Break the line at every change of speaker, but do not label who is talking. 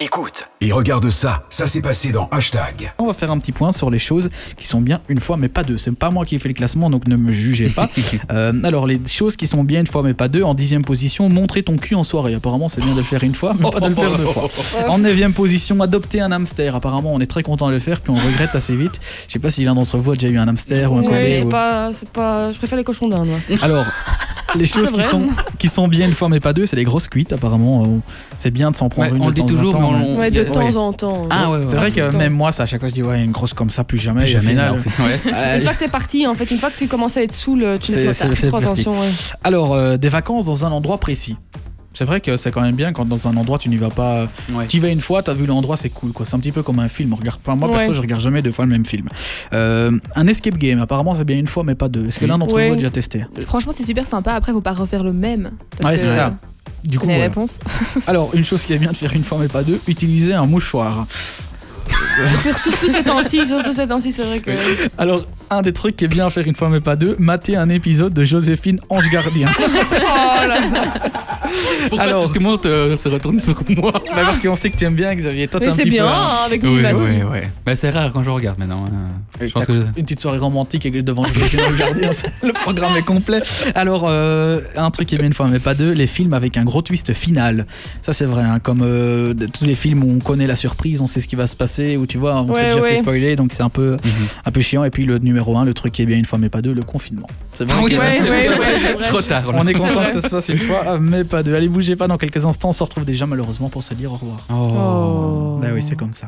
écoute et regarde ça. Ça s'est passé dans hashtag.
On va faire un petit point sur les choses qui sont bien une fois mais pas deux. C'est pas moi qui ai fait le classement donc ne me jugez pas. Euh, alors les choses qui sont bien une fois mais pas deux. En dixième position, montrer ton cul en soirée. Apparemment c'est bien de le faire une fois mais pas de le faire deux fois. En neuvième position, adopter un hamster. Apparemment on est très content de le faire puis on regrette assez vite. Je sais pas si l'un d'entre vous a déjà eu un hamster ou un
Oui,
collier.
c'est
ou-
pas, c'est pas. Je préfère les cochons d'Inde. moi.
Alors, les choses qui
vrai.
sont, qui sont bien une fois mais pas deux, c'est les grosses cuites apparemment. Euh, C'est bien de s'en prendre
Ouais,
une
on
de
le dit
temps en
toujours,
temps,
mais
mais-
Mm.
on-
Ouais, de
y a-
temps
ouais.
en temps.
Ah ouais, ouais.
C'est vrai que
temps.
même moi, ça, à chaque fois, je dis ouais, une grosse comme ça, plus jamais.
Plus
et au
jamais,
final,
là, en fait. Ouais.
euh,
Une fois que t'es parti, en fait, une fois que tu commences à être saoul, tu ne
C'est-
fais
c'est-
pas-
c'est
trop
parti.
attention. ouais.
Alors, euh, des vacances dans un endroit précis. C'est vrai que c'est quand même bien quand dans un endroit tu n'y vas pas.
Ouais.
Tu y vas une fois, t'as vu l'endroit, c'est cool quoi. C'est un petit peu comme un film. On regarde, enfin, moi perso,
Ouais.
je regarde jamais deux fois le même film. Euh, un escape game, apparemment c'est bien une fois, mais pas deux. Est-ce que l'un d'entre
Ouais.
vous a déjà testé
Franchement, c'est super sympa. Après, faut pas refaire le même. parce
Ouais,
que
c'est
euh,
ça. Du
Tu
coup,
connais la
voilà.
réponse.
alors une chose qui est bien de faire une fois mais pas deux, utiliser un mouchoir.
Sur- Surtout ces temps-ci, surtout ces temps-ci, c'est vrai que.
Alors un des trucs qui est bien à faire une fois mais pas deux, mater un épisode de Joséphine Ange Gardien.
Oh là là.
Pourquoi
Alors-
tout le monde euh, se retourne sur moi
Bah, parce qu'on sait que tu aimes bien Xavier. Toi t'es
Mais
un
c'est
petit
bien
peu-
hein, avec
Oui,
Nivat.
oui, oui. Bah, c'est rare quand je regarde maintenant. hein. Je pense que
Une petite soirée romantique avec devant Joséphine Ange Gardien, c'est- le programme est complet. Alors, euh, un truc qui est bien une fois, mais pas deux, les films avec un gros twist final. Ça, c'est vrai, hein, comme euh, de- tous les films où on connaît la surprise, on sait ce qui va se passer, où tu vois, on s'est
Ouais,
déjà
ouais.
fait spoiler, donc c'est un peu,
Mhm.
un peu chiant. Et puis le numéro 1, le truc qui est bien une fois, mais pas deux, le confinement. C'est vrai.
Ah Oui,
que-
ouais,
c'est-
ouais,
c'est-
ouais,
c'est-
c'est vrai.
Trop tard. là.
On est content
vrai.
que ça se fasse une fois, mais pas deux. Allez, bougez pas, dans quelques instants, on se retrouve déjà malheureusement pour se dire au revoir.
Oh.
Bah oui, c'est comme ça.